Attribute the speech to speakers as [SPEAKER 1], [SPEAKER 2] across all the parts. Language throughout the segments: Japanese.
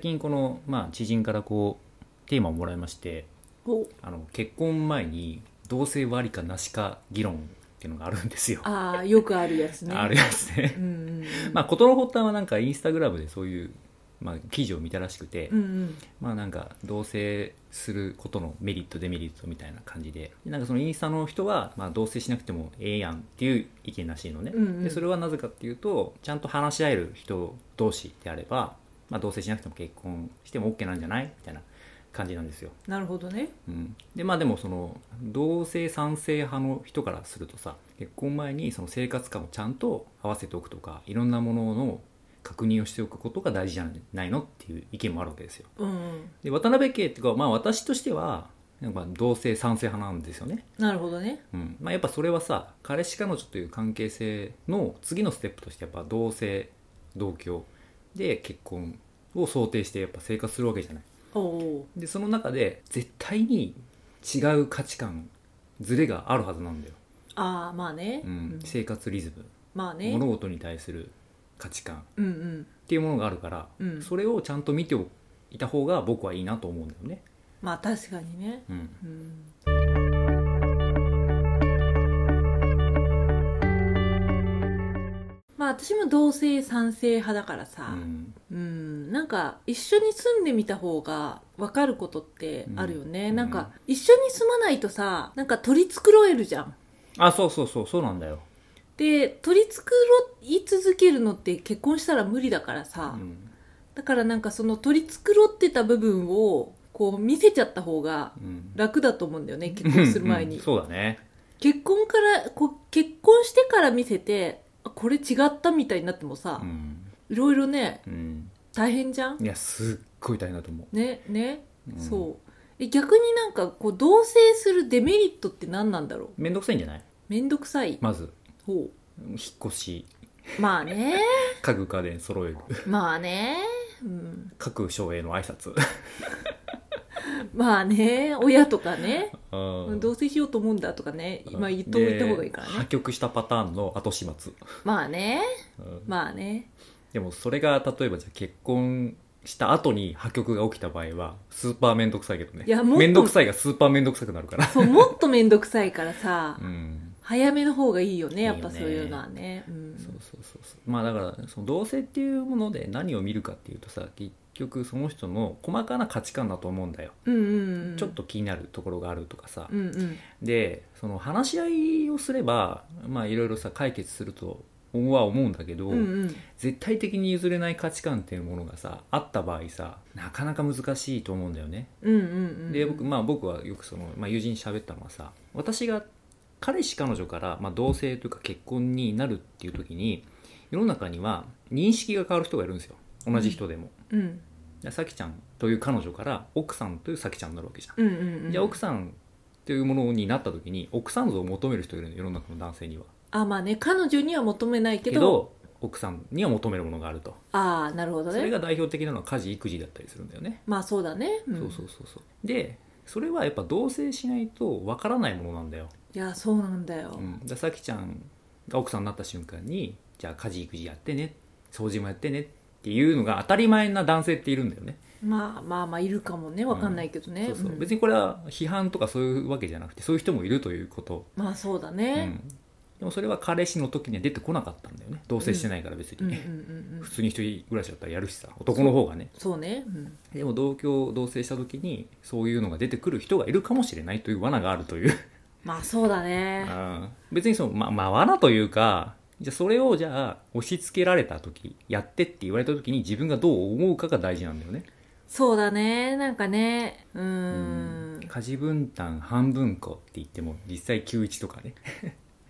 [SPEAKER 1] 近この、まあ、知人からこうテーマをもらいまして
[SPEAKER 2] お
[SPEAKER 1] あの結婚前に同性はありかなしか議論っていうのがあるんですよ。
[SPEAKER 2] ああよくあるやつね
[SPEAKER 1] あるやつね
[SPEAKER 2] う。んうんうん
[SPEAKER 1] まあ事の発端はなんかインスタグラムでそういう、まあ、記事を見たらしくて、
[SPEAKER 2] うんうん
[SPEAKER 1] まあなんか同棲することのメリットデメリットみたいな感じでなんかそのインスタの人は、まあ、同棲しなくてもええやんっていう意見らしいのね、
[SPEAKER 2] うんうん
[SPEAKER 1] でそれはなぜかっていうとちゃんと話し合える人同士であれば、まあ、同棲しなくても結婚しても OK なんじゃないみたいな感じなんですよ、
[SPEAKER 2] なるほどね
[SPEAKER 1] うん、でまあでもその同性賛成派の人からするとさ結婚前にその生活感をちゃんと合わせておくとかいろんなものの確認をしておくことが大事じゃないのっていう意見もあるわけですよ
[SPEAKER 2] うんうん
[SPEAKER 1] で渡辺家っていうか、まあ、私としてはなんか同性賛成派なんですよね、
[SPEAKER 2] なるほどね
[SPEAKER 1] うんまあ、やっぱそれはさ彼氏彼女という関係性の次のステップとしてやっぱ同性同居で結婚を想定してやっぱ生活するわけじゃない
[SPEAKER 2] おお
[SPEAKER 1] でその中で絶対に違う価値観ズレがあるはずなんだよ、
[SPEAKER 2] ああまあね、
[SPEAKER 1] う
[SPEAKER 2] うん
[SPEAKER 1] ん、生活リズム
[SPEAKER 2] まあね
[SPEAKER 1] 物事に対する価値観っ
[SPEAKER 2] うんうん
[SPEAKER 1] ていうものがあるから、
[SPEAKER 2] うん
[SPEAKER 1] それをちゃんと見ていた方が僕はいいなと思うんだよね、
[SPEAKER 2] まあ確かにね
[SPEAKER 1] うん、
[SPEAKER 2] うんまあ私も同性賛成派だから
[SPEAKER 1] う
[SPEAKER 2] さ、
[SPEAKER 1] ん
[SPEAKER 2] うん、なんか一緒に住んでみた方が分かることってあるよね、
[SPEAKER 1] うん
[SPEAKER 2] なんか一緒に住まないとさなんか取り繕えるじゃん
[SPEAKER 1] あそうそうそうそうなんだよ、
[SPEAKER 2] で取り繕い続けるのって結婚したら無理だからさ、
[SPEAKER 1] うん
[SPEAKER 2] だからなんかその取り繕ってた部分をこう見せちゃった方が
[SPEAKER 1] うん、
[SPEAKER 2] 楽だと思うんだよね結婚する前
[SPEAKER 1] う
[SPEAKER 2] に、
[SPEAKER 1] んうんそうだね
[SPEAKER 2] 結婚からこう結婚してから見せてあこれ違ったみたいになってもさ、
[SPEAKER 1] うん、
[SPEAKER 2] いろいろね
[SPEAKER 1] うん、
[SPEAKER 2] 大変じゃん
[SPEAKER 1] いやすっごい大変だと思
[SPEAKER 2] ねね
[SPEAKER 1] う、うん、
[SPEAKER 2] そうえ逆になんかこう同棲するデメリットって何なんだろう
[SPEAKER 1] めんどくさいんじゃない
[SPEAKER 2] めんどくさい、
[SPEAKER 1] まず
[SPEAKER 2] ほ
[SPEAKER 1] 引っ越し
[SPEAKER 2] うまあね
[SPEAKER 1] 家具家電揃える
[SPEAKER 2] まあね、うん、
[SPEAKER 1] 各省への挨 拶
[SPEAKER 2] まあね親とかね
[SPEAKER 1] う
[SPEAKER 2] 同棲しようと思うんだとかね今言っといた方がいいから
[SPEAKER 1] で破
[SPEAKER 2] ね
[SPEAKER 1] 局したパターンの後始末、
[SPEAKER 2] まあね
[SPEAKER 1] うん
[SPEAKER 2] まあね
[SPEAKER 1] でもそれが例えばじゃあ結婚した後に破局が起きた場合はスーパーめんどくさいけどね
[SPEAKER 2] いやもっと
[SPEAKER 1] めんどくさいがスーパーめんどくさくなるから
[SPEAKER 2] そうもっとめんどくさいからさ、
[SPEAKER 1] うん
[SPEAKER 2] 早めの方がいいよねやっぱ
[SPEAKER 1] いい
[SPEAKER 2] そ
[SPEAKER 1] よね
[SPEAKER 2] ういうのはねうん
[SPEAKER 1] そうそうそうそうまあだからその同性っていうもので何を見るかっていうとさ結局その人の細かな価値観だと思うんだよ、
[SPEAKER 2] うんうんうん
[SPEAKER 1] ちょっと気になるところがあるとかさ、
[SPEAKER 2] うんうん
[SPEAKER 1] でその話し合いをすればまあいろいろさ解決するとは思うんだけど、
[SPEAKER 2] うんうん
[SPEAKER 1] 絶対的に譲れない価値観っていうものがさあった場合さなかなか難しいと思うんだよね、
[SPEAKER 2] うんうんうん
[SPEAKER 1] で僕,、まあ、僕はよくその、まあ、友人に喋ったのはさ私が彼氏彼女から、まあ、同性というか結婚になるっていう時に世の中には認識が変わる人がいるんですよ同じ人でも、
[SPEAKER 2] うん
[SPEAKER 1] でさきちゃんという彼女から奥さんというさきちゃんになるわけじゃん、
[SPEAKER 2] うんうんうん
[SPEAKER 1] じゃあ奥さんというものになった時に奥さん像を求める人がいるの世の中の男性には
[SPEAKER 2] あまあね彼女には求めないけ
[SPEAKER 1] け
[SPEAKER 2] ど
[SPEAKER 1] ど奥さんには求めるものがあると
[SPEAKER 2] ああなるほど
[SPEAKER 1] それ
[SPEAKER 2] ね
[SPEAKER 1] が代表的なのは家事育児だったりするんだよね
[SPEAKER 2] まあそうだね、ん
[SPEAKER 1] そうそうそうそうでそれはやっぱ同棲しないとわからないものなんだよ、
[SPEAKER 2] いやそうなんだよ、
[SPEAKER 1] うん、でさきちゃんが奥さんになった瞬間にじゃあ家事育児やってね掃除もやってねっていうのが当たり前な男性っているんだよね、
[SPEAKER 2] まあまあまあいるかもねわかんないけどね、
[SPEAKER 1] そうそう
[SPEAKER 2] うん
[SPEAKER 1] 別にこれは批判とかそういうわけじゃなくてそういう人もいるということ、
[SPEAKER 2] まあそうだ
[SPEAKER 1] う
[SPEAKER 2] ね、
[SPEAKER 1] ん、でもそれは彼氏の時には出てこなかったんだよね同棲してないから別
[SPEAKER 2] うん、うん
[SPEAKER 1] に、
[SPEAKER 2] うんうん
[SPEAKER 1] 普通に一人暮らしだったらやるしさ男の方がね
[SPEAKER 2] そうね、うん、
[SPEAKER 1] でも同居同棲した時にそういうのが出てくる人がいるかもしれないという罠があるという
[SPEAKER 2] まあそうだね
[SPEAKER 1] うん別にその、ま、まあ、罠というか、じゃあそれをじゃあ押し付けられた時、やってって言われた時に自分がどう思うかが大事なんだよね。
[SPEAKER 2] そうだねなんかねうーん
[SPEAKER 1] うん家事分担半分こって言っても、実際91とかね。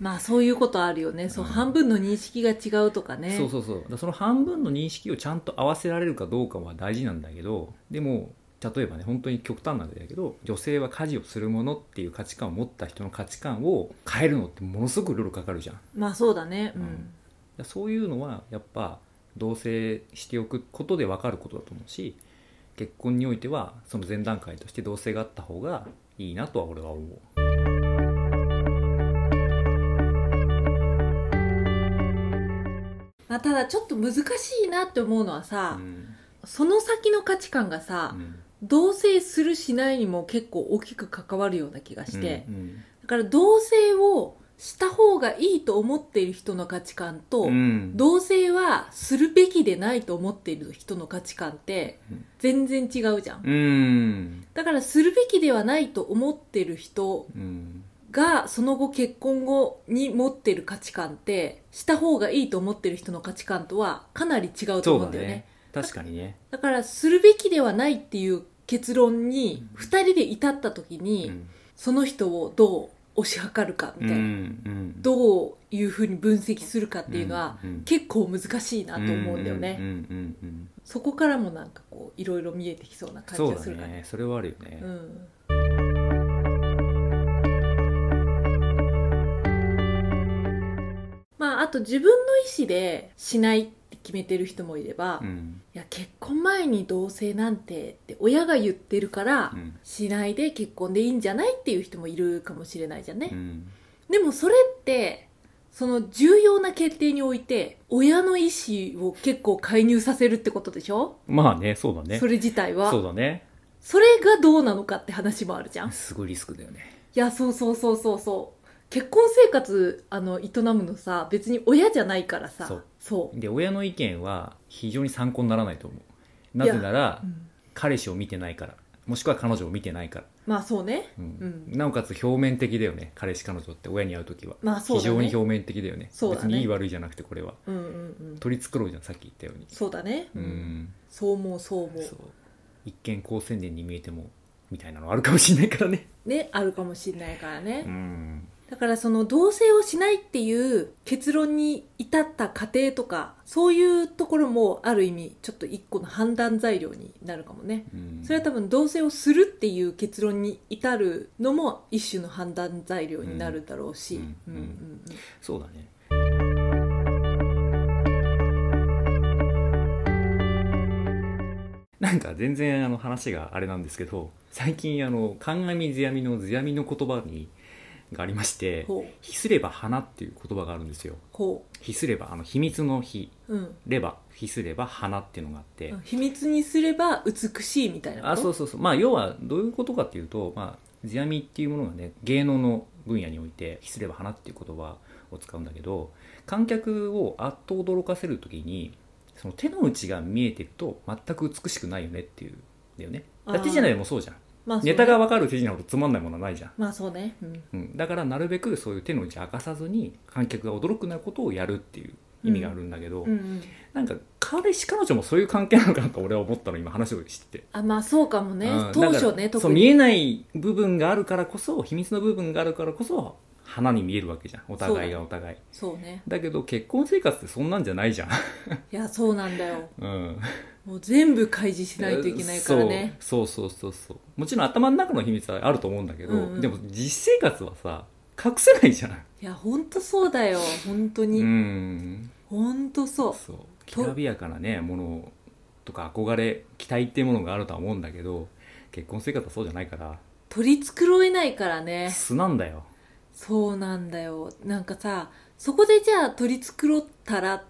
[SPEAKER 2] まあそういうことあるよねそう、
[SPEAKER 1] うん
[SPEAKER 2] 半分の認識が違うとかね
[SPEAKER 1] そうそうそう。だからその半分の認識をちゃんと合わせられるかどうかは大事なんだけど、でも、例えばね、本当に極端なんだけど、女性は家事をするものっていう価値観を持った人の価値観を変えるのってものすごくいろいろかかるじゃん。
[SPEAKER 2] まあそうだねうん、
[SPEAKER 1] うんだからそういうのはやっぱ同棲しておくことで分かることだと思うし結婚においてはその前段階として同棲があった方がいいなとは俺は思う
[SPEAKER 2] まあ、ただちょっと難しいなって思うのはさ、
[SPEAKER 1] うん
[SPEAKER 2] その先の価値観がさ、
[SPEAKER 1] うん
[SPEAKER 2] 同棲するしないにも結構大きく関わるような気がして、
[SPEAKER 1] うん
[SPEAKER 2] だから同棲をした方がいいと思っている人の価値観と、
[SPEAKER 1] うん
[SPEAKER 2] 同棲はするべきでないと思っている人の価値観って
[SPEAKER 1] うん
[SPEAKER 2] 全然違うじゃん。
[SPEAKER 1] うん
[SPEAKER 2] だからするべきではないと思ってる人
[SPEAKER 1] うん
[SPEAKER 2] がその後結婚後に持ってる価値観ってした方がいいと思ってる人の価値観とはかなり違うと
[SPEAKER 1] そ
[SPEAKER 2] 思
[SPEAKER 1] う
[SPEAKER 2] うん
[SPEAKER 1] だ
[SPEAKER 2] だよね
[SPEAKER 1] ね確かにね
[SPEAKER 2] だからするべきではないっていう結論に
[SPEAKER 1] うん
[SPEAKER 2] 2人で至った時
[SPEAKER 1] う
[SPEAKER 2] に、
[SPEAKER 1] ん
[SPEAKER 2] その人をどう推し量るか
[SPEAKER 1] う
[SPEAKER 2] み
[SPEAKER 1] ん
[SPEAKER 2] たい
[SPEAKER 1] う
[SPEAKER 2] な、
[SPEAKER 1] ん
[SPEAKER 2] どういうふうに分析するかっていうのは、
[SPEAKER 1] んん
[SPEAKER 2] 結構難しいなと思うんだよね、
[SPEAKER 1] うんうんうんうん
[SPEAKER 2] そこからもなんかこういろいろ見えてきそうな感
[SPEAKER 1] そう
[SPEAKER 2] じが
[SPEAKER 1] だ
[SPEAKER 2] するから
[SPEAKER 1] ねそれはあるよね
[SPEAKER 2] うんまあ、あと自分の意思でしないって決めてる人もいれば、
[SPEAKER 1] う
[SPEAKER 2] い
[SPEAKER 1] ん
[SPEAKER 2] や結婚前に同棲なんてって親が言ってるから、
[SPEAKER 1] うん
[SPEAKER 2] しないで結婚でいいんじゃないっていう人もいるかもしれないじゃんね、
[SPEAKER 1] うん
[SPEAKER 2] でもそれってその重要な決定において親の意思を結構介入させるってことでしょ、
[SPEAKER 1] まあねそうだね
[SPEAKER 2] それ自体は
[SPEAKER 1] そうだね
[SPEAKER 2] それがどうなのかって話もあるじゃんい
[SPEAKER 1] すごいリスクだよね
[SPEAKER 2] やそうそうそうそうそう結婚生活あの営むのさ別に親じゃないからさ
[SPEAKER 1] そう
[SPEAKER 2] そ
[SPEAKER 1] で親の意見は非常に参考にならないと思うなぜなら
[SPEAKER 2] ううん
[SPEAKER 1] 彼氏を見てないからもしくは彼女を見てないから、
[SPEAKER 2] まあそうね
[SPEAKER 1] うん
[SPEAKER 2] うん
[SPEAKER 1] なおかつ表面的だよね彼氏彼女って親に会う時は、
[SPEAKER 2] まあそう
[SPEAKER 1] 非
[SPEAKER 2] だね
[SPEAKER 1] 常に表面的だよね
[SPEAKER 2] そうだね
[SPEAKER 1] 別にいい悪いじゃなくてこれは
[SPEAKER 2] うんうんうん
[SPEAKER 1] 取り繕うじゃんさっき言ったように
[SPEAKER 2] そうだね、
[SPEAKER 1] う
[SPEAKER 2] うん
[SPEAKER 1] ん、
[SPEAKER 2] そう思うそう思う
[SPEAKER 1] そう一見好青年に見えてもみたいなのあるかもしれないからね
[SPEAKER 2] ねあるかもしれないからね、
[SPEAKER 1] うん
[SPEAKER 2] だからその同棲をしないっていう結論に至った過程とかそういうところもある意味ちょっと一個の判断材料になるかもね
[SPEAKER 1] うん
[SPEAKER 2] それは多分同棲をするっていう結論に至るのも一種の判断材料になるだろうし
[SPEAKER 1] うん
[SPEAKER 2] うんうんうん
[SPEAKER 1] そうだねなんか全然あの話があれなんですけど最近あの鑑み世阿弥の世阿弥の言葉にがありまして
[SPEAKER 2] ほう
[SPEAKER 1] 「秘すれば花」っていう言葉があるんですよ
[SPEAKER 2] ほ
[SPEAKER 1] 秘すればあの秘密の秘
[SPEAKER 2] う、うん
[SPEAKER 1] れば秘すれば花っていうのがあって、
[SPEAKER 2] 秘密にすれば美しいみたいなこと
[SPEAKER 1] あそうそうそうまあ要はどういうことかっていうと、まあ、世阿弥っていうものがね芸能の分野において「ひすれば花」っていう言葉を使うんだけど観客をあっと驚かせる時にその手の内が見えてると全く美しくないよねっていうんだよねだって手じゃないもそうじゃん
[SPEAKER 2] まあそうね
[SPEAKER 1] ネタが分かる手じゃないとつまんないものはないじゃん、
[SPEAKER 2] まあそうね、うん、
[SPEAKER 1] うん、だからなるべくそういう手の内明かさずに観客が驚くようなことをやるっていう意味があるんだけど、
[SPEAKER 2] うんうん
[SPEAKER 1] なんか彼氏彼女もそういう関係なのかなと俺は思ったの今話をしてて
[SPEAKER 2] あまあそうかもね
[SPEAKER 1] うん
[SPEAKER 2] 当
[SPEAKER 1] だ
[SPEAKER 2] 初
[SPEAKER 1] から
[SPEAKER 2] ね特
[SPEAKER 1] そう見
[SPEAKER 2] に
[SPEAKER 1] えない部分があるからこそ秘密の部分があるからこそ花に見えるわけじゃんお互いがお互いだ,、
[SPEAKER 2] そうね
[SPEAKER 1] けど結婚生活ってそんなんじゃないじゃん、
[SPEAKER 2] いやそうなんだよ
[SPEAKER 1] うん、
[SPEAKER 2] もう全部開示しないといけないからね
[SPEAKER 1] そうそうそうそうそうもちろん頭の中の秘密はあると思うんだけど、
[SPEAKER 2] うんうん
[SPEAKER 1] でも実生活はさ隠せないじゃん
[SPEAKER 2] いやほんとそうだよ本当に、
[SPEAKER 1] うん
[SPEAKER 2] ほんとそう
[SPEAKER 1] そうきらびやかなねものとか憧れ期待っていうものがあるとは思うんだけど結婚生活はそうじゃないから
[SPEAKER 2] 取り繕えないからね
[SPEAKER 1] 素なんだよ
[SPEAKER 2] そうなんだよなんかさそこでじゃあ取り繕ったら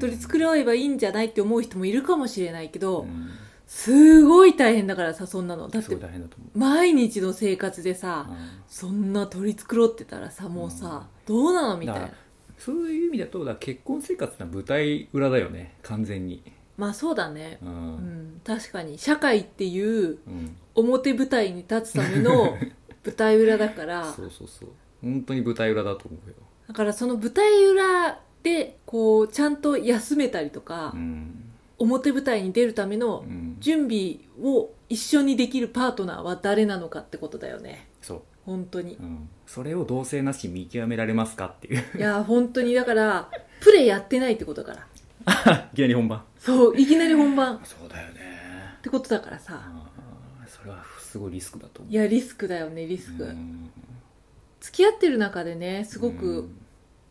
[SPEAKER 2] 取り
[SPEAKER 1] る、
[SPEAKER 2] 繕えばいいんじゃないって思う人もいるかもしれないけど、
[SPEAKER 1] うん
[SPEAKER 2] すごい大変だからさそんなのだっ
[SPEAKER 1] すご
[SPEAKER 2] て
[SPEAKER 1] い大変だと思う
[SPEAKER 2] 毎日の生活でさ、
[SPEAKER 1] うん
[SPEAKER 2] そんな取り繕ってたらさもうさ、どうなのみたい
[SPEAKER 1] だ
[SPEAKER 2] な
[SPEAKER 1] からそういう意味だとだから結婚生活ってのは舞台裏だよね完全に
[SPEAKER 2] まあそうだね
[SPEAKER 1] う、
[SPEAKER 2] うんん確かに社会っていう
[SPEAKER 1] うん、
[SPEAKER 2] 表舞台に立つた めの舞台裏だから
[SPEAKER 1] そうそうそう本当に舞台裏だと思うよ、
[SPEAKER 2] だからその舞台裏でこうちゃんと休めたりとか、
[SPEAKER 1] うん
[SPEAKER 2] 表舞台に出るための
[SPEAKER 1] うん、
[SPEAKER 2] 準備を一緒にできるパートナーは誰なのかってことだよね
[SPEAKER 1] そ
[SPEAKER 2] 本当に
[SPEAKER 1] う、うん、それを同性なしに見極められますかっていう
[SPEAKER 2] いや本当にだからプレーやってないってことだから
[SPEAKER 1] いきなり本番
[SPEAKER 2] そういきなり本番っ
[SPEAKER 1] そうだよね
[SPEAKER 2] てことだからさ
[SPEAKER 1] それはすごいリスクだと思う
[SPEAKER 2] いやリスクだよねリスク、
[SPEAKER 1] うん
[SPEAKER 2] 付き合ってる中でねすご
[SPEAKER 1] う
[SPEAKER 2] く
[SPEAKER 1] ん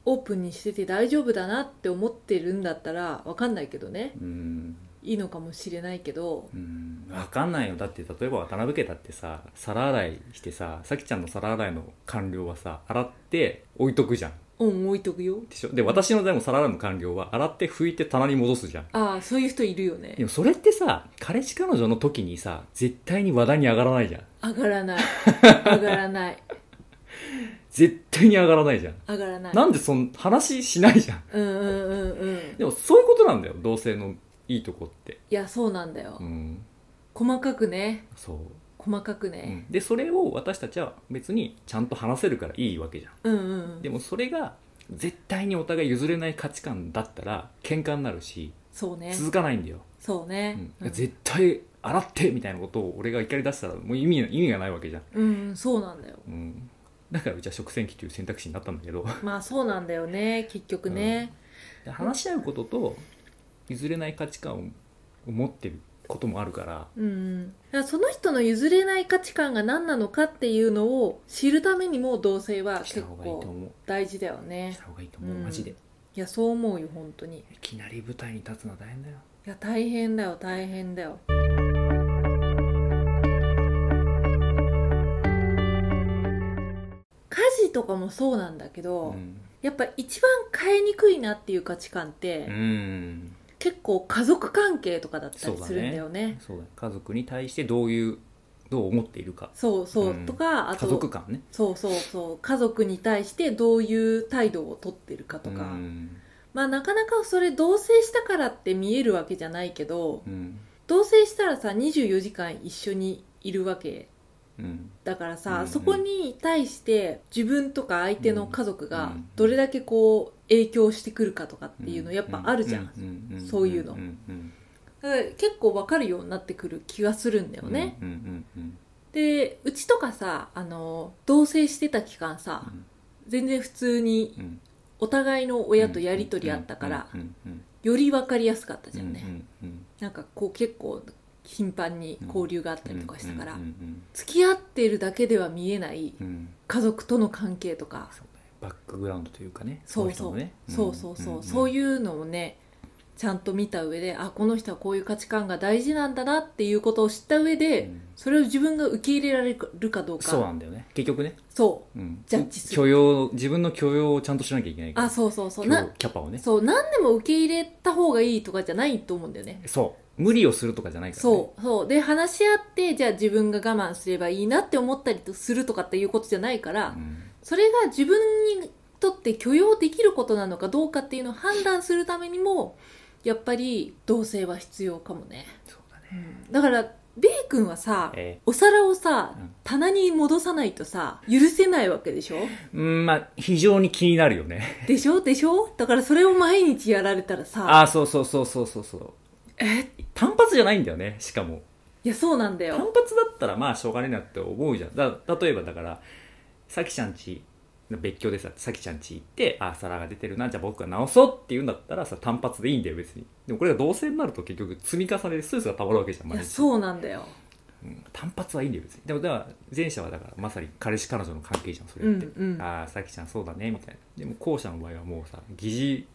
[SPEAKER 2] オープンにしてて大丈夫だなって思ってるんだったらわかんないけどね
[SPEAKER 1] うん
[SPEAKER 2] いいのかもしれないけど
[SPEAKER 1] うん、分かんないよだって例えば渡辺家だってさ皿洗いしてささきちゃんの皿洗いの完了はさ洗って置いとくじゃん
[SPEAKER 2] うオン置いとくよ
[SPEAKER 1] でしょで私のでも皿洗うの完了は洗って拭いて棚に戻すじゃん
[SPEAKER 2] ああそういう人いるよね
[SPEAKER 1] でもそれってさ彼氏彼女の時にさ絶対に話題に上がらないじゃん
[SPEAKER 2] 上がらない上がらない
[SPEAKER 1] 絶対に上がらないじゃん
[SPEAKER 2] 上がらない
[SPEAKER 1] なんでそん話しないじゃん
[SPEAKER 2] うんうんうんうん
[SPEAKER 1] でもそういうことなんだよ同性のいいとこって
[SPEAKER 2] いやそうなんだよ、
[SPEAKER 1] うん
[SPEAKER 2] 細かくね
[SPEAKER 1] そう、
[SPEAKER 2] 細かく
[SPEAKER 1] う
[SPEAKER 2] ね、
[SPEAKER 1] んでそれを私たちは別にちゃんと話せるからいいわけじゃん
[SPEAKER 2] うん、うんうん
[SPEAKER 1] でもそれが絶対にお互い譲れない価値観だったら喧嘩になるし
[SPEAKER 2] そうね
[SPEAKER 1] 続かないんだよ、
[SPEAKER 2] そう
[SPEAKER 1] う
[SPEAKER 2] ね
[SPEAKER 1] ん、
[SPEAKER 2] うん
[SPEAKER 1] 絶対洗ってみたいなことを俺が怒り出したらもう意味意味がないわけじゃん、
[SPEAKER 2] うんそうなんだよ
[SPEAKER 1] うん、だからうちは食洗機という選択肢になったんだけど
[SPEAKER 2] まあそうなんだよね結局ね、
[SPEAKER 1] で話し合うことと譲れない価値観を持ってることもあるから
[SPEAKER 2] うん、だからその人の譲れない価値観が何なのかっていうのを知るためにも同性は
[SPEAKER 1] した
[SPEAKER 2] 結
[SPEAKER 1] 方がいいと
[SPEAKER 2] 構
[SPEAKER 1] 思う
[SPEAKER 2] 大事だよ
[SPEAKER 1] し
[SPEAKER 2] ね
[SPEAKER 1] た方がいいと思う、
[SPEAKER 2] うん
[SPEAKER 1] マジで
[SPEAKER 2] いやそう思うよ本当にい
[SPEAKER 1] いきなり舞台に立つのは大変だよ
[SPEAKER 2] や大変だよ大変だよ家事とかもそうなんだけど、
[SPEAKER 1] うん、
[SPEAKER 2] やっぱ一番変えにくいなっていう価値観って、
[SPEAKER 1] うん、
[SPEAKER 2] 結構家族関係とかだったりするんだよね
[SPEAKER 1] そうだね家族に対してどういうどう思っているか
[SPEAKER 2] そうそう、
[SPEAKER 1] うん
[SPEAKER 2] とかあ
[SPEAKER 1] 家
[SPEAKER 2] と
[SPEAKER 1] 族間ね
[SPEAKER 2] そうそうそう家族に対してどういう態度をとってるかとか、
[SPEAKER 1] うん
[SPEAKER 2] まあなかなかそれ同棲したからって見えるわけじゃないけど
[SPEAKER 1] うん
[SPEAKER 2] 同棲したらさ24時間一緒にいるわけ
[SPEAKER 1] うん
[SPEAKER 2] だからさ、
[SPEAKER 1] うんうん
[SPEAKER 2] そこに対して自分とか相手の家族
[SPEAKER 1] う
[SPEAKER 2] が
[SPEAKER 1] ん
[SPEAKER 2] どれだけこう影響してくるかとかっていうのやっぱあるじゃん、
[SPEAKER 1] んん
[SPEAKER 2] そういうの
[SPEAKER 1] んうん
[SPEAKER 2] だから結構わかるようになってくる気がするんだよね、
[SPEAKER 1] うんうんうん
[SPEAKER 2] でうちとかさあの同棲してた期間さ、
[SPEAKER 1] うん
[SPEAKER 2] 全然普通に
[SPEAKER 1] うん
[SPEAKER 2] お互いの親とやり取りあったから、
[SPEAKER 1] うんうん
[SPEAKER 2] より分かりやすかったじゃんね、
[SPEAKER 1] うんうん
[SPEAKER 2] なんかこう結構頻繁に交流があったりとかしたから、
[SPEAKER 1] うんうん
[SPEAKER 2] 付き合ってるだけでは見えない
[SPEAKER 1] うんうん
[SPEAKER 2] 家族との関係とか、
[SPEAKER 1] そうねバックグラウンドというかね
[SPEAKER 2] そう
[SPEAKER 1] の人のね
[SPEAKER 2] そうそうそう、そう
[SPEAKER 1] う
[SPEAKER 2] いうのをねちゃんと見た上であこの人はこういう価値観が大事なんだなっていうことを知った上
[SPEAKER 1] ん
[SPEAKER 2] で、
[SPEAKER 1] うん
[SPEAKER 2] それを自分が受け入れられるかどうか
[SPEAKER 1] そうなんだよね結局ね
[SPEAKER 2] そう
[SPEAKER 1] うん
[SPEAKER 2] ジャッジする
[SPEAKER 1] 許容自分の許容をちゃんとしなきゃいけないから
[SPEAKER 2] あそうそうそう
[SPEAKER 1] 許容
[SPEAKER 2] な
[SPEAKER 1] キャパをね
[SPEAKER 2] そう何でも受け入れた方がいいとかじゃないと思うんだよね
[SPEAKER 1] そう無理をするとかじゃないからね
[SPEAKER 2] そうそうで話し合ってじゃあ自分が我慢すればいいなって思ったりとするとかっていうことじゃないから、
[SPEAKER 1] うん
[SPEAKER 2] それが自分にとって許容できることなのかどうかっていうのを判断するためにもやっぱり同性は必要かもね、
[SPEAKER 1] そうだね
[SPEAKER 2] だから B 君はさ
[SPEAKER 1] え
[SPEAKER 2] お皿をさ
[SPEAKER 1] うん
[SPEAKER 2] 棚に戻さないとさ許せないわけでしょ
[SPEAKER 1] ーうんまあ非常に気になるよね
[SPEAKER 2] でしょでしょだからそれを毎日やられたらさ
[SPEAKER 1] ああそうそうそうそうそうそう
[SPEAKER 2] え
[SPEAKER 1] 単発じゃないんだよねしかも
[SPEAKER 2] いやそうなんだ
[SPEAKER 1] 単
[SPEAKER 2] よ
[SPEAKER 1] 発だったらまあしょうがねえなって思うじゃんだ例えばだからさきちゃんち別居でささきちゃんち行ってあ皿が出てるなじゃあ僕が直そうって言うんだったらさ単発でいいんだよ別にでもこれが同性になると結局積み重ねでストレスがたまるわけじゃん
[SPEAKER 2] い
[SPEAKER 1] 毎
[SPEAKER 2] や
[SPEAKER 1] 日
[SPEAKER 2] そうなんだよ
[SPEAKER 1] うん単発はいいんだよ別にでもだから前者はだからまさに彼氏彼女の関係じゃんそれ
[SPEAKER 2] う
[SPEAKER 1] って、
[SPEAKER 2] んうん
[SPEAKER 1] ああさきちゃんそうだねみたいなでも後者の場合はもうさ疑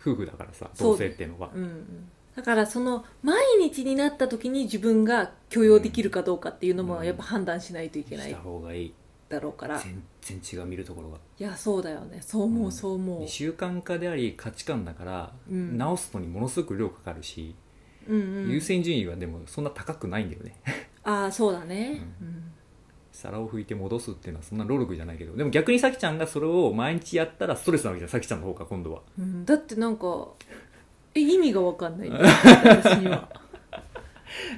[SPEAKER 1] 似夫婦だからさ
[SPEAKER 2] そう
[SPEAKER 1] 同性っていうのは
[SPEAKER 2] うんうんだからその毎日になった時に自分が許容できるかどうかっていうの
[SPEAKER 1] う
[SPEAKER 2] も
[SPEAKER 1] ん
[SPEAKER 2] やっぱ判断しないといけな
[SPEAKER 1] し
[SPEAKER 2] い
[SPEAKER 1] た方がいい
[SPEAKER 2] だろうから、い
[SPEAKER 1] 全然違う見るところが
[SPEAKER 2] やそうだよねそう思
[SPEAKER 1] う
[SPEAKER 2] うんそう思う、
[SPEAKER 1] 習慣化であり価値観だから、
[SPEAKER 2] うん
[SPEAKER 1] 直すのにものすごく量かかるし、
[SPEAKER 2] うんうん
[SPEAKER 1] 優先順位はでもそんな高くないんだよね
[SPEAKER 2] ああそうだね、うん
[SPEAKER 1] 皿を拭いて戻すっていうのはそんな労力じゃないけどでも逆にさきちゃんがそれを毎日やったらストレスなわけじゃんさきちゃんの方が今度は
[SPEAKER 2] うんだってなんかえ意味が分かんな い私には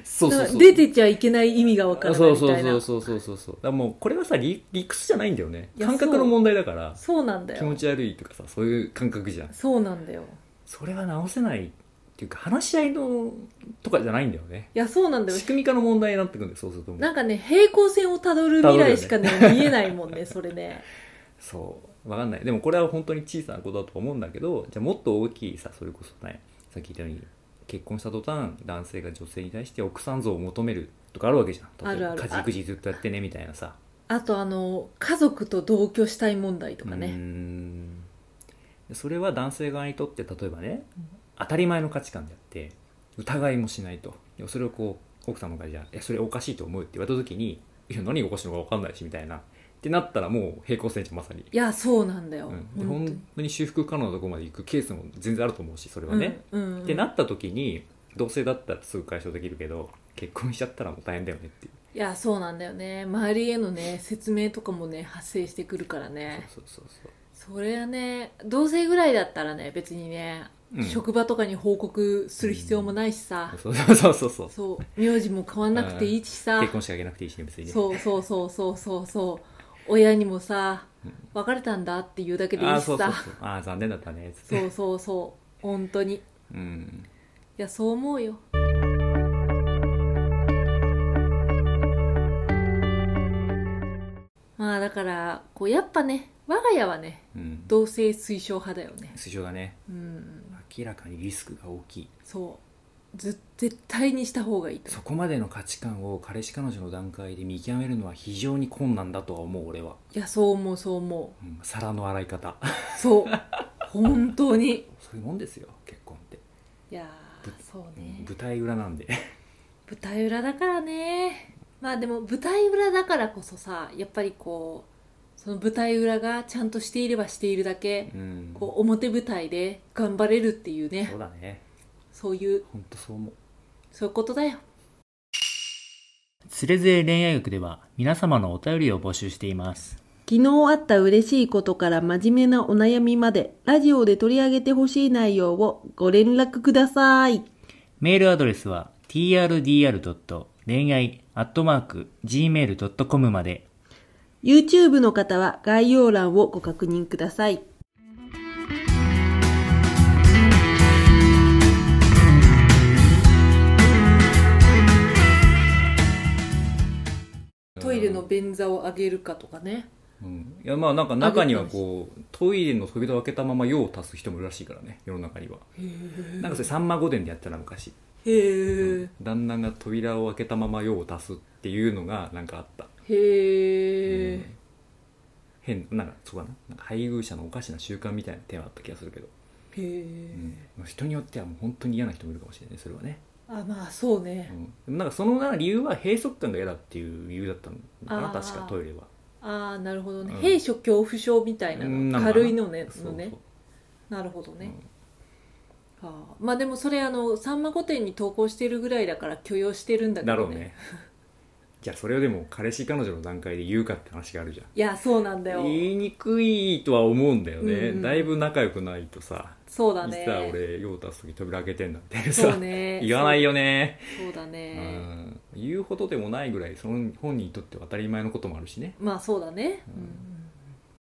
[SPEAKER 1] そうそう
[SPEAKER 2] だか
[SPEAKER 1] そ
[SPEAKER 2] ら
[SPEAKER 1] う
[SPEAKER 2] 出てちゃいけない意味が分からない
[SPEAKER 1] そう
[SPEAKER 2] みたい
[SPEAKER 1] そ
[SPEAKER 2] な
[SPEAKER 1] う
[SPEAKER 2] そう
[SPEAKER 1] そうそうそうそうそうだからもうこれはさ理理屈じゃないんだよね
[SPEAKER 2] いや
[SPEAKER 1] 感覚の問題だから
[SPEAKER 2] なんだ
[SPEAKER 1] 気持
[SPEAKER 2] よ
[SPEAKER 1] ち悪いとかさそういう感覚じゃん
[SPEAKER 2] そうなんだよ
[SPEAKER 1] それは直せないっていうか話し合いのとかじゃないんだよね
[SPEAKER 2] いやそうなんだよ
[SPEAKER 1] 仕組み化の問題になってくるんだよそうするともう
[SPEAKER 2] なんかね平行線をたどる未来しかね見えないもんね それね
[SPEAKER 1] そうわかんないでもこれは本当に小さなことだと思うんだけどじゃあもっと大きいさそれこそねさっき言ったように結婚した途端男性が女性に対して奥さん像を求めるとかあるわけじゃん例えば
[SPEAKER 2] あるある
[SPEAKER 1] 家事育児ずっとやってねみたいなさ
[SPEAKER 2] あとあの家族と同居したい問題とか
[SPEAKER 1] うー
[SPEAKER 2] ね
[SPEAKER 1] んそれは男性側にとって例えばね当たり前の価値観であって疑いもしないとでもそれをこう奥さんの方からじゃあいやそれおかしいと思うって言われた時にいや何がおかしいのか分かんないしみたいなってなったらもう平行線じゃんまさに、
[SPEAKER 2] いやそうなんだよ、
[SPEAKER 1] うん、で本当に修復可能なところまで行くケースも全然あると思うしそれ
[SPEAKER 2] 当
[SPEAKER 1] はね、、
[SPEAKER 2] うんうんうん
[SPEAKER 1] ってなった時に同性だったらすぐ解消できるけど結婚しちゃったらもう大変だよねっていう
[SPEAKER 2] いやそうなんだよね周りへのね説明とかもね発生してくるからね
[SPEAKER 1] そうそうそう
[SPEAKER 2] それはね同性ぐらいだったらね別にね、
[SPEAKER 1] うん
[SPEAKER 2] 職場とかに報告する必要もないしさ、
[SPEAKER 1] そうそうそうそうそう
[SPEAKER 2] そう名字も変わんなくていいしさ
[SPEAKER 1] 結婚してあげなくていいしね別にね
[SPEAKER 2] そうそうそうそうそうそう親にもさ別れたんだって言うだけでい
[SPEAKER 1] あ
[SPEAKER 2] い
[SPEAKER 1] あ
[SPEAKER 2] し
[SPEAKER 1] そうそう
[SPEAKER 2] さ
[SPEAKER 1] そうああ残念だったねつって
[SPEAKER 2] そうそうそう本当にい
[SPEAKER 1] うん
[SPEAKER 2] やそう思うよまあだからこうやっぱね我が家はね
[SPEAKER 1] うん
[SPEAKER 2] 同性推奨派だよね
[SPEAKER 1] 推奨がね
[SPEAKER 2] うん
[SPEAKER 1] 明らかにリスクが大きい
[SPEAKER 2] そうず絶対にした方がいいと
[SPEAKER 1] そこまでの価値観を彼氏彼女の段階で見極めるのは非常に困難だとは思う俺は、
[SPEAKER 2] いやそう思うそう思
[SPEAKER 1] うん、皿の洗い方
[SPEAKER 2] う そう本当に
[SPEAKER 1] そういうもんですよ結婚って、
[SPEAKER 2] いや
[SPEAKER 1] ぶ
[SPEAKER 2] ーそう
[SPEAKER 1] うん
[SPEAKER 2] ね
[SPEAKER 1] 舞台裏なんで
[SPEAKER 2] 舞台裏だからねまあでも舞台裏だからこそさやっぱりこうその舞台裏がちゃんとしていればしているだけ
[SPEAKER 1] うん
[SPEAKER 2] こう表舞台で頑張れるっていうね
[SPEAKER 1] そうだね
[SPEAKER 2] そういう
[SPEAKER 1] 本当そう思う
[SPEAKER 2] そういうことだよ
[SPEAKER 3] つれづれ恋愛学では皆様のお便りを募集しています。
[SPEAKER 4] 昨日あった嬉しいことから真面目なお悩みまで、ラジオで取り上げてほしい内容をご連絡ください。
[SPEAKER 3] メールアドレスは trdr. 恋愛 .gmail.com まで
[SPEAKER 4] YouTube の方は概要欄をご確認ください。
[SPEAKER 2] トイレの便座を上げるかとかね
[SPEAKER 1] うん、いやまあなんか中にはこうトイレの扉を開けたまま用を足す人もいるらしいからね世の中にはなんかそれ「さんま御殿」でやってたな昔、
[SPEAKER 2] へえ
[SPEAKER 1] 旦那が扉を開けたまま用を足すっていうのがなんかあった、
[SPEAKER 2] へえ
[SPEAKER 1] 変なんかそうかななんか配偶者のおかしな習慣みたいなテーマだった気がするけど、
[SPEAKER 2] へ
[SPEAKER 1] う
[SPEAKER 2] え
[SPEAKER 1] ん、人によってはもう本当に嫌な人もいるかもしれないねそれはね、
[SPEAKER 2] あまあそう
[SPEAKER 1] う
[SPEAKER 2] ね
[SPEAKER 1] ん、でもなんかそのなんか理由は閉塞感が嫌だっていう理由だったのかな
[SPEAKER 2] あー
[SPEAKER 1] 確かトイレは
[SPEAKER 2] ああなるほどね
[SPEAKER 1] うん
[SPEAKER 2] 閉所恐怖症みたいな
[SPEAKER 1] うんな
[SPEAKER 2] の
[SPEAKER 1] のかな
[SPEAKER 2] 軽いのね
[SPEAKER 1] そうそ
[SPEAKER 2] の
[SPEAKER 1] う
[SPEAKER 2] ねなるほどね、ああまあでもそれあの「さんま御殿」に投稿してるぐらいだから許容してるんだけど
[SPEAKER 1] だろうね じゃあそれをでも彼氏彼女の段階で言うかって話があるじゃん
[SPEAKER 2] いやそうなんだよ
[SPEAKER 1] 言いにくいとは思うんだよね、
[SPEAKER 2] うん
[SPEAKER 1] だいぶ仲良くないとさ
[SPEAKER 2] そうだ
[SPEAKER 1] いつだ
[SPEAKER 2] ね
[SPEAKER 1] 俺用足す時扉開けてんだみたいな
[SPEAKER 2] そ
[SPEAKER 1] さ、
[SPEAKER 2] う ね
[SPEAKER 1] 言わないよね、
[SPEAKER 2] そうそうだ
[SPEAKER 1] う
[SPEAKER 2] ね
[SPEAKER 1] ん、言うほどでもないぐらいその本人にとっては当たり前のこともあるしね
[SPEAKER 2] まあそうだね、
[SPEAKER 1] うん
[SPEAKER 2] うん